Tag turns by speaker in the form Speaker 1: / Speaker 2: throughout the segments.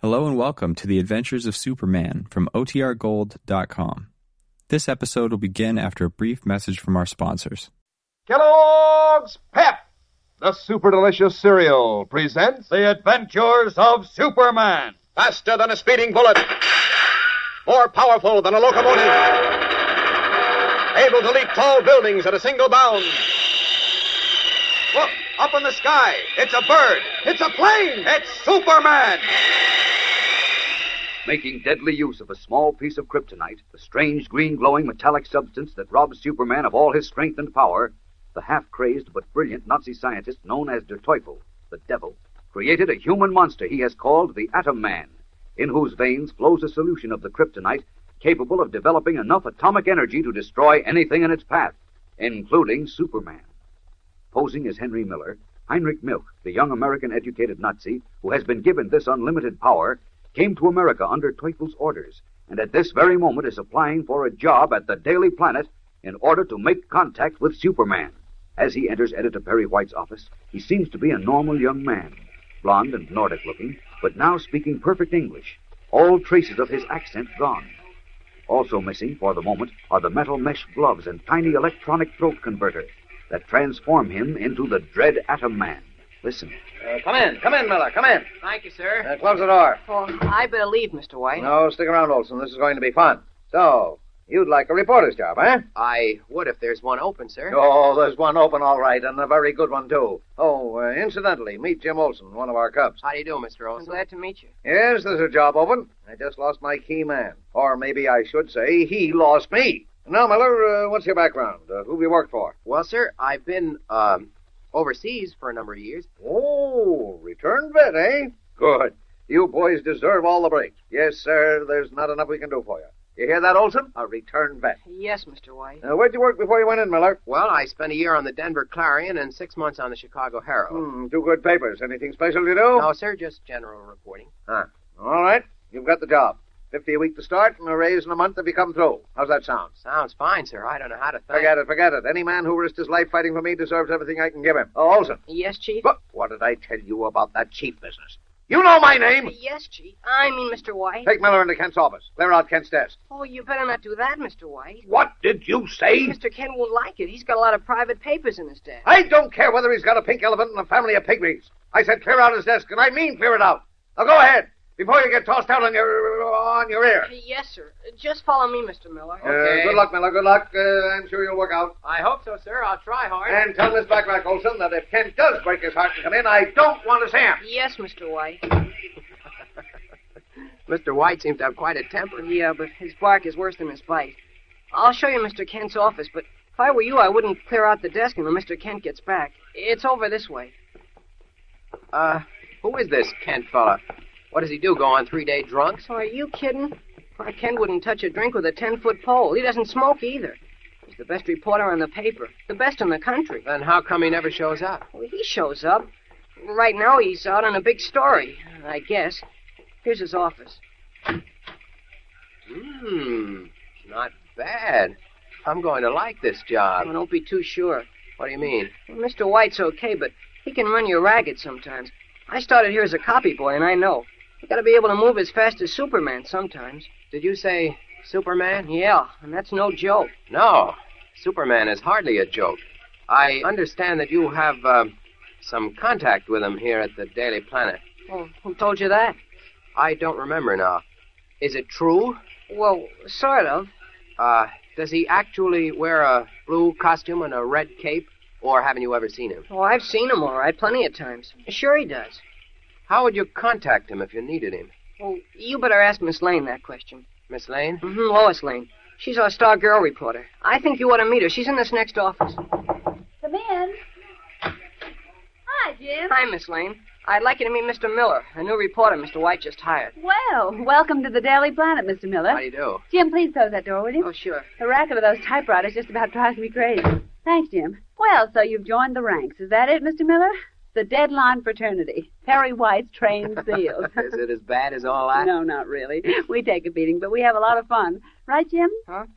Speaker 1: Hello and welcome to the Adventures of Superman from OTRGold.com. This episode will begin after a brief message from our sponsors.
Speaker 2: Kellogg's Pep, the super delicious cereal, presents The Adventures of Superman.
Speaker 3: Faster than a speeding bullet. More powerful than a locomotive. Able to leap tall buildings at a single bound. Look, up in the sky. It's a bird. It's a plane. It's Superman.
Speaker 4: Making deadly use of a small piece of kryptonite, the strange green glowing metallic substance that robs Superman of all his strength and power, the half crazed but brilliant Nazi scientist known as Der Teufel, the devil, created a human monster he has called the Atom Man, in whose veins flows a solution of the kryptonite capable of developing enough atomic energy to destroy anything in its path, including Superman. Posing as Henry Miller, Heinrich Milk, the young American educated Nazi who has been given this unlimited power, came to America under Teufel's orders, and at this very moment is applying for a job at the Daily Planet in order to make contact with Superman. As he enters Editor Perry White's office, he seems to be a normal young man, blond and Nordic looking, but now speaking perfect English, all traces of his accent gone. Also missing for the moment are the metal mesh gloves and tiny electronic throat converter that transform him into the dread Atom Man. Listen.
Speaker 3: Uh, come in. Come in, Miller. Come in.
Speaker 5: Thank you, sir.
Speaker 3: Uh, close the door.
Speaker 5: Oh, I better leave, Mr. White.
Speaker 3: No, stick around, Olson. This is going to be fun. So, you'd like a reporter's job, eh?
Speaker 5: I would if there's one open, sir.
Speaker 3: Oh, there's one open all right, and a very good one, too. Oh, uh, incidentally, meet Jim Olson, one of our cubs.
Speaker 5: How do you do, Mr. Olson? I'm glad to meet you.
Speaker 3: Yes, there's a job open. I just lost my key man. Or maybe I should say he lost me. Now, Miller, uh, what's your background? Uh, who have you worked for?
Speaker 5: Well, sir, I've been um, overseas for a number of years.
Speaker 3: Oh, returned vet, eh? Good. You boys deserve all the breaks. Yes, sir, there's not enough we can do for you. You hear that, Olson? A return vet.
Speaker 5: Yes, Mr. White.
Speaker 3: Uh, where'd you work before you went in, Miller?
Speaker 5: Well, I spent a year on the Denver Clarion and six months on the Chicago Herald.
Speaker 3: Hmm, two good papers. Anything special to do?
Speaker 5: No, sir, just general reporting.
Speaker 3: All right, you've got the job. Fifty a week to start, and a raise in a month if you come through. How's that sound?
Speaker 5: Sounds fine, sir. I don't know how to thank.
Speaker 3: Forget it, forget it. Any man who risked his life fighting for me deserves everything I can give him. Oh, Olson.
Speaker 5: Yes, Chief?
Speaker 3: But what did I tell you about that chief business? You know my name!
Speaker 5: Yes, Chief. I mean, Mr. White.
Speaker 3: Take Miller into Kent's office. Clear out Kent's desk.
Speaker 5: Oh, you better not do that, Mr. White.
Speaker 3: What did you say?
Speaker 5: Mr. Kent won't like it. He's got a lot of private papers in his desk.
Speaker 3: I don't care whether he's got a pink elephant and a family of pygmies. I said clear out his desk, and I mean clear it out. Now go ahead, before you get tossed out on your on your ear.
Speaker 5: Yes, sir. Just follow me, Mr. Miller.
Speaker 3: Uh, good luck, Miller. Good luck. Uh, I'm sure you'll work out.
Speaker 5: I hope so, sir. I'll try hard.
Speaker 3: And tell Miss Blackrock Olson that if Kent does break his heart and come in, I don't want to see him.
Speaker 5: Yes, Mr. White.
Speaker 6: Mr. White seems to have quite a temper.
Speaker 5: Yeah, but his bark is worse than his bite. I'll show you Mr. Kent's office, but if I were you, I wouldn't clear out the desk until Mr. Kent gets back. It's over this way.
Speaker 6: Uh, who is this Kent fella? What does he do? Go on three day drunks?
Speaker 5: So are you kidding? Why, Kent wouldn't touch a drink with a ten foot pole. He doesn't smoke either. He's the best reporter on the paper, the best in the country.
Speaker 6: Then how come he never shows up?
Speaker 5: Well, he shows up. Right now, he's out on a big story, I guess. Here's his office.
Speaker 6: Hmm, not bad. I'm going to like this
Speaker 5: Well,
Speaker 6: job.
Speaker 5: don't be too sure.
Speaker 6: What do you mean?
Speaker 5: Well, Mr. White's okay, but he can run you ragged sometimes. I started here as a copy boy, and I know. You gotta be able to move as fast as Superman sometimes.
Speaker 6: Did you say Superman?
Speaker 5: Yeah, and that's no joke.
Speaker 6: No, Superman is hardly a joke. I understand that you have um, some contact with him here at the Daily Planet.
Speaker 7: Oh,
Speaker 5: Well, who told you that?
Speaker 6: I don't remember now. Is it true?
Speaker 5: Well, sort of.
Speaker 6: Uh, does he actually wear a blue costume and a red cape, or haven't you ever seen him?
Speaker 5: Oh, I've seen him all right, plenty of times. Sure he does.
Speaker 6: How would you contact him if you needed him?
Speaker 5: Well, you better ask Miss Lane that question.
Speaker 6: Miss Lane?
Speaker 5: hmm Lois Lane. She's our star girl reporter. I think you ought to meet her. She's in this next office.
Speaker 8: Come in. Hi, Jim.
Speaker 5: Hi, Miss Lane. I'd like you to meet Mr. Miller, a new reporter Mr. White just hired.
Speaker 8: Well, welcome to the Daily Planet, Mr. Miller.
Speaker 6: How do you do?
Speaker 8: Jim, please close that door, will you?
Speaker 5: Oh, sure.
Speaker 8: The racket of those typewriters just about drives me crazy. Thanks, Jim. Well, so you've joined the ranks. Is that it, Mr. Miller? The Deadline Fraternity. Perry White's trained seals.
Speaker 6: Is it as bad as all that?
Speaker 8: no, not really. We take a beating, but we have a lot of fun. Right, Jim?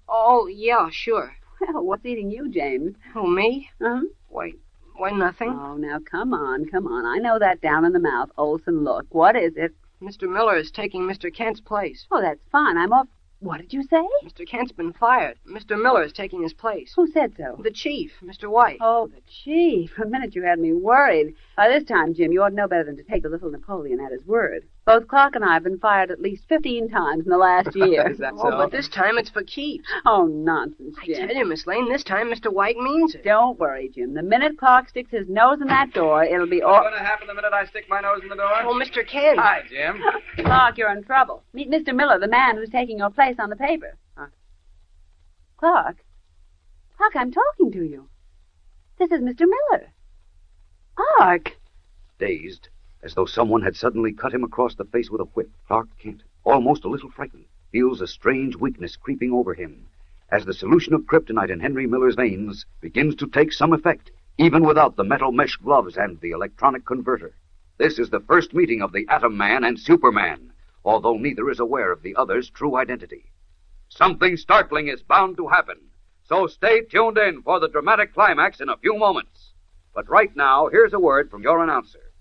Speaker 5: Oh, yeah, sure.
Speaker 8: Well, what's eating you, James?
Speaker 5: Oh, me?
Speaker 8: Huh?
Speaker 5: Why, why nothing?
Speaker 6: Hmm?
Speaker 8: Oh, now come on, come on. I know that down in the mouth. Olson, look. What is it?
Speaker 7: Mr. Miller is taking Mr. Kent's place.
Speaker 8: Oh, that's fine. I'm off. What did you say?
Speaker 7: Mr. Kent's been fired. Mr. Miller is taking his place.
Speaker 8: Who said so?
Speaker 7: The chief, Mr. White.
Speaker 8: Oh, the chief. For a minute you had me worried. By this time, Jim, you ought to know better than to take the little Napoleon at his word. Both Clark and I have been fired at least 15 times in the last year.
Speaker 4: Is that
Speaker 7: Oh,
Speaker 4: so?
Speaker 7: but this time it's for keeps.
Speaker 8: Oh, nonsense,
Speaker 7: I
Speaker 8: Jim.
Speaker 7: tell you, Miss Lane, this time Mr. White means it.
Speaker 8: Don't worry, Jim. The minute Clark sticks his nose in that door, it'll be all.
Speaker 4: to happen the minute I stick my nose in the door?
Speaker 7: Oh, Mr. Kent.
Speaker 4: Hi, Jim.
Speaker 8: Clark, you're in trouble. Meet Mr. Miller, the man who's taking your place on the paper. Clark? Clark, I'm talking to you. This is Mr. Miller. Clark!
Speaker 4: Dazed, as though someone had suddenly cut him across the face with a whip, Clark Kent, almost a little frightened, feels a strange weakness creeping over him as the solution of kryptonite in Henry Miller's veins begins to take some effect, even without the metal mesh gloves and the electronic converter. This is the first meeting of the Atom Man and Superman, although neither is aware of the other's true identity. Something startling is bound to happen, so stay tuned in for the dramatic climax in a few moments. But right now, here's a word from your announcer.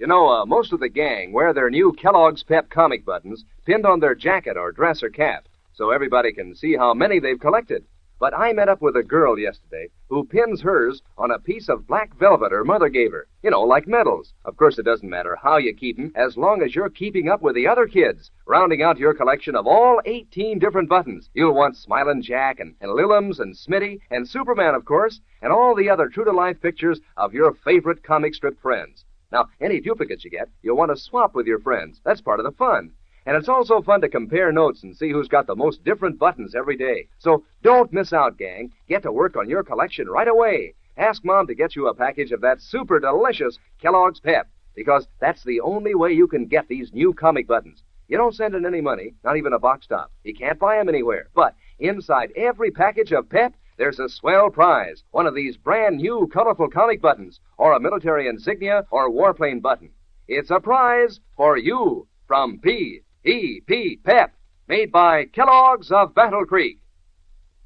Speaker 3: You know, uh, most of the gang wear their new Kellogg's Pep comic buttons pinned on their jacket or dress or cap, so everybody can see how many they've collected. But I met up with a girl yesterday who pins hers on a piece of black velvet her mother gave her. You know, like medals. Of course, it doesn't matter how you keep 'em, as long as you're keeping up with the other kids, rounding out your collection of all 18 different buttons. You'll want Smilin' Jack and, and Lillums and Smitty and Superman, of course, and all the other true-to-life pictures of your favorite comic strip friends. Now, any duplicates you get, you'll want to swap with your friends. That's part of the fun. And it's also fun to compare notes and see who's got the most different buttons every day. So don't miss out, gang. Get to work on your collection right away. Ask Mom to get you a package of that super delicious Kellogg's Pep, because that's the only way you can get these new comic buttons. You don't send in any money, not even a box top. You can't buy 'em anywhere. But inside every package of Pep, there's a swell prize one of these brand new colorful comic buttons, or a military insignia, or warplane button. It's a prize for you from P.E.P. E Pep, made by Kellogg's of Battle Creek.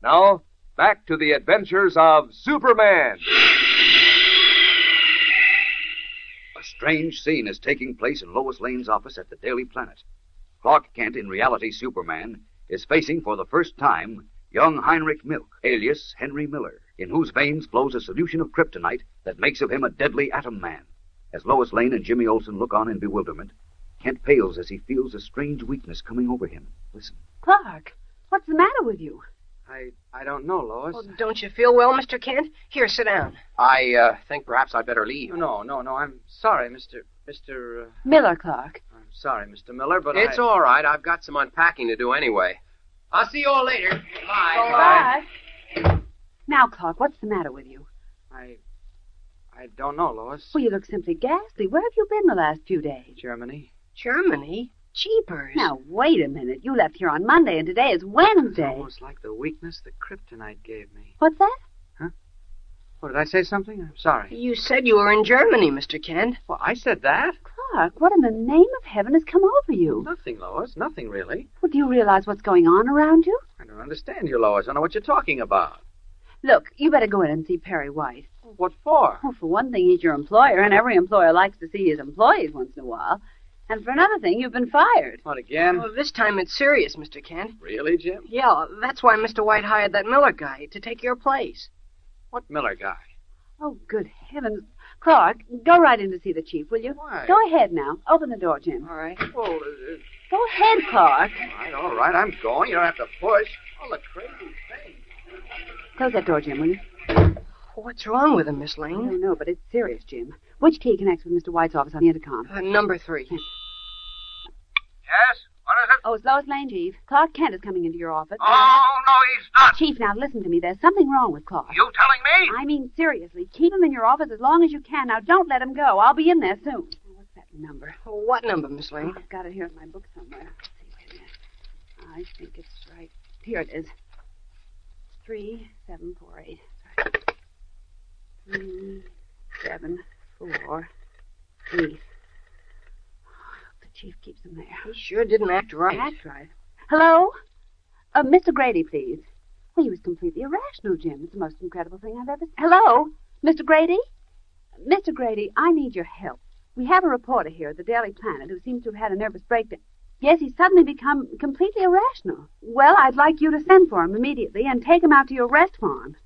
Speaker 3: Now, back to the adventures of Superman.
Speaker 4: A strange scene is taking place in Lois Lane's office at the Daily Planet. Clark Kent, in reality Superman, is facing for the first time young Heinrich Milk, alias Henry Miller, in whose veins flows a solution of kryptonite that makes of him a deadly atom man. As Lois Lane and Jimmy Olsen look on in bewilderment, Kent pales as he feels a strange weakness coming over him. Listen.
Speaker 8: Clark, what's the matter with you?
Speaker 3: I, I don't know, Lois.
Speaker 7: Well, don't you feel well, Mr. Kent? Here, sit down.
Speaker 3: I uh, think perhaps I'd better leave.
Speaker 5: No, no, no. I'm sorry, Mr. Mr. Uh,
Speaker 8: Miller, Clark.
Speaker 5: I'm sorry, Mr. Miller, but
Speaker 3: it's
Speaker 5: I...
Speaker 3: all right. I've got some unpacking to do anyway. I'll see you all later. Bye.
Speaker 8: Now, Clark, what's the matter with you?
Speaker 5: I I don't know, Lois.
Speaker 8: Well, you look simply ghastly. Where have you been the last few days?
Speaker 5: Germany.
Speaker 7: Germany? Cheapers.
Speaker 8: Now, wait a minute. You left here on Monday, and today is Wednesday.
Speaker 5: Almost like the weakness the kryptonite gave me.
Speaker 8: What's that?
Speaker 5: What did I say something? I'm sorry.
Speaker 7: You said you were in Germany, Mr. Kent.
Speaker 5: Well, I said that.
Speaker 8: Clark, what in the name of heaven has come over you?
Speaker 5: Nothing, Lois. Nothing really.
Speaker 8: Well, do you realize what's going on around you?
Speaker 5: I don't understand you, Lois. I don't know what you're talking about.
Speaker 8: Look, you better go in and see Perry White.
Speaker 5: What for?
Speaker 8: Well, for one thing, he's your employer, and every employer likes to see his employees once in a while. And for another thing, you've been fired.
Speaker 5: What again?
Speaker 7: Well, this time it's serious, Mr. Kent.
Speaker 5: Really, Jim?
Speaker 7: Yeah, that's why Mr. White hired that Miller guy to take your place.
Speaker 5: What Miller guy?
Speaker 8: Oh, good heavens. Clark, go right in to see the chief, will you?
Speaker 5: Why?
Speaker 8: Go ahead now. Open the door, Jim.
Speaker 7: All right.
Speaker 5: Well, uh, uh,
Speaker 8: Go ahead, Clark.
Speaker 5: all right, all right. I'm going. You don't have to push. All the crazy things.
Speaker 8: Close that door, Jim, will you?
Speaker 7: What's wrong with him, Miss
Speaker 8: I
Speaker 7: Lane?
Speaker 8: don't know, but it's serious, Jim. Which key connects with Mr. White's office on the intercom?
Speaker 7: Uh, number three.
Speaker 4: Yes? What is it? Oh,
Speaker 8: Oh, it's Lois Lane, Chief. Clark Kent is coming into your office.
Speaker 3: Ah!
Speaker 4: no, he's not.
Speaker 8: Chief, now listen to me. There's something wrong with Clark.
Speaker 4: You telling me?
Speaker 8: I mean, seriously, keep him in your office as long as you can. Now, don't let him go. I'll be in there soon. Oh, What's that number?
Speaker 7: What number, Miss Lane?
Speaker 8: I've got it here in my book somewhere. Let's see, wait a minute. I think it's right. Here it is. Three, seven, four, eight. Sorry. Three, seven, four, eight. Oh, look, the chief keeps them there.
Speaker 7: He sure didn't act right.
Speaker 8: That's right. Hello? Uh, Mr. Grady, please. Well, he was completely irrational, Jim. It's the most incredible thing I've ever seen. Hello? Mr. Grady? Mr. Grady, I need your help. We have a reporter here at the Daily Planet who seems to have had a nervous breakdown. Yes, he's suddenly become completely irrational. Well, I'd like you to send for him immediately and take him out to your rest farm.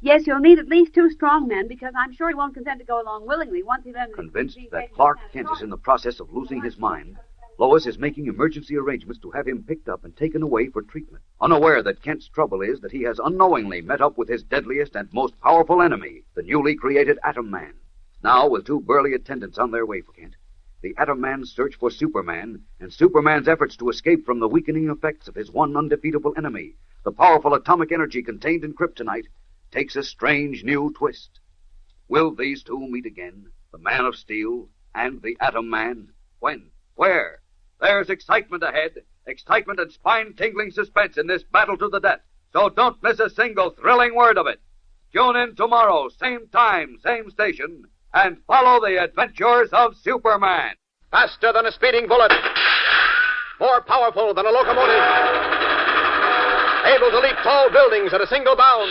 Speaker 8: Yes, you'll need at least two strong men because I'm sure he won't consent to go along willingly once he learns. that he's
Speaker 3: Convinced
Speaker 8: being
Speaker 3: that
Speaker 8: taken
Speaker 3: Clark
Speaker 8: without
Speaker 3: Kent
Speaker 8: trial.
Speaker 3: is in the process of losing his mind, Lois is making emergency arrangements to have him picked up and taken away for treatment, unaware that Kent's trouble is that he has unknowingly met up with his deadliest and most powerful enemy, the newly created Atom Man. Now, with two burly attendants on their way for Kent, the Atom Man's search for Superman and Superman's efforts to escape from the weakening effects of his one undefeatable enemy, the powerful atomic energy contained in kryptonite, takes a strange new twist. Will these two meet again? The Man of Steel and the Atom Man? When? Where? There's excitement ahead. Excitement and spine tingling suspense in this battle to the death. So don't miss a single thrilling word of it. Tune in tomorrow, same time, same station, and follow the adventures of Superman.
Speaker 9: Faster than a speeding bullet. More powerful than a locomotive. Able to leap tall buildings at a single bound.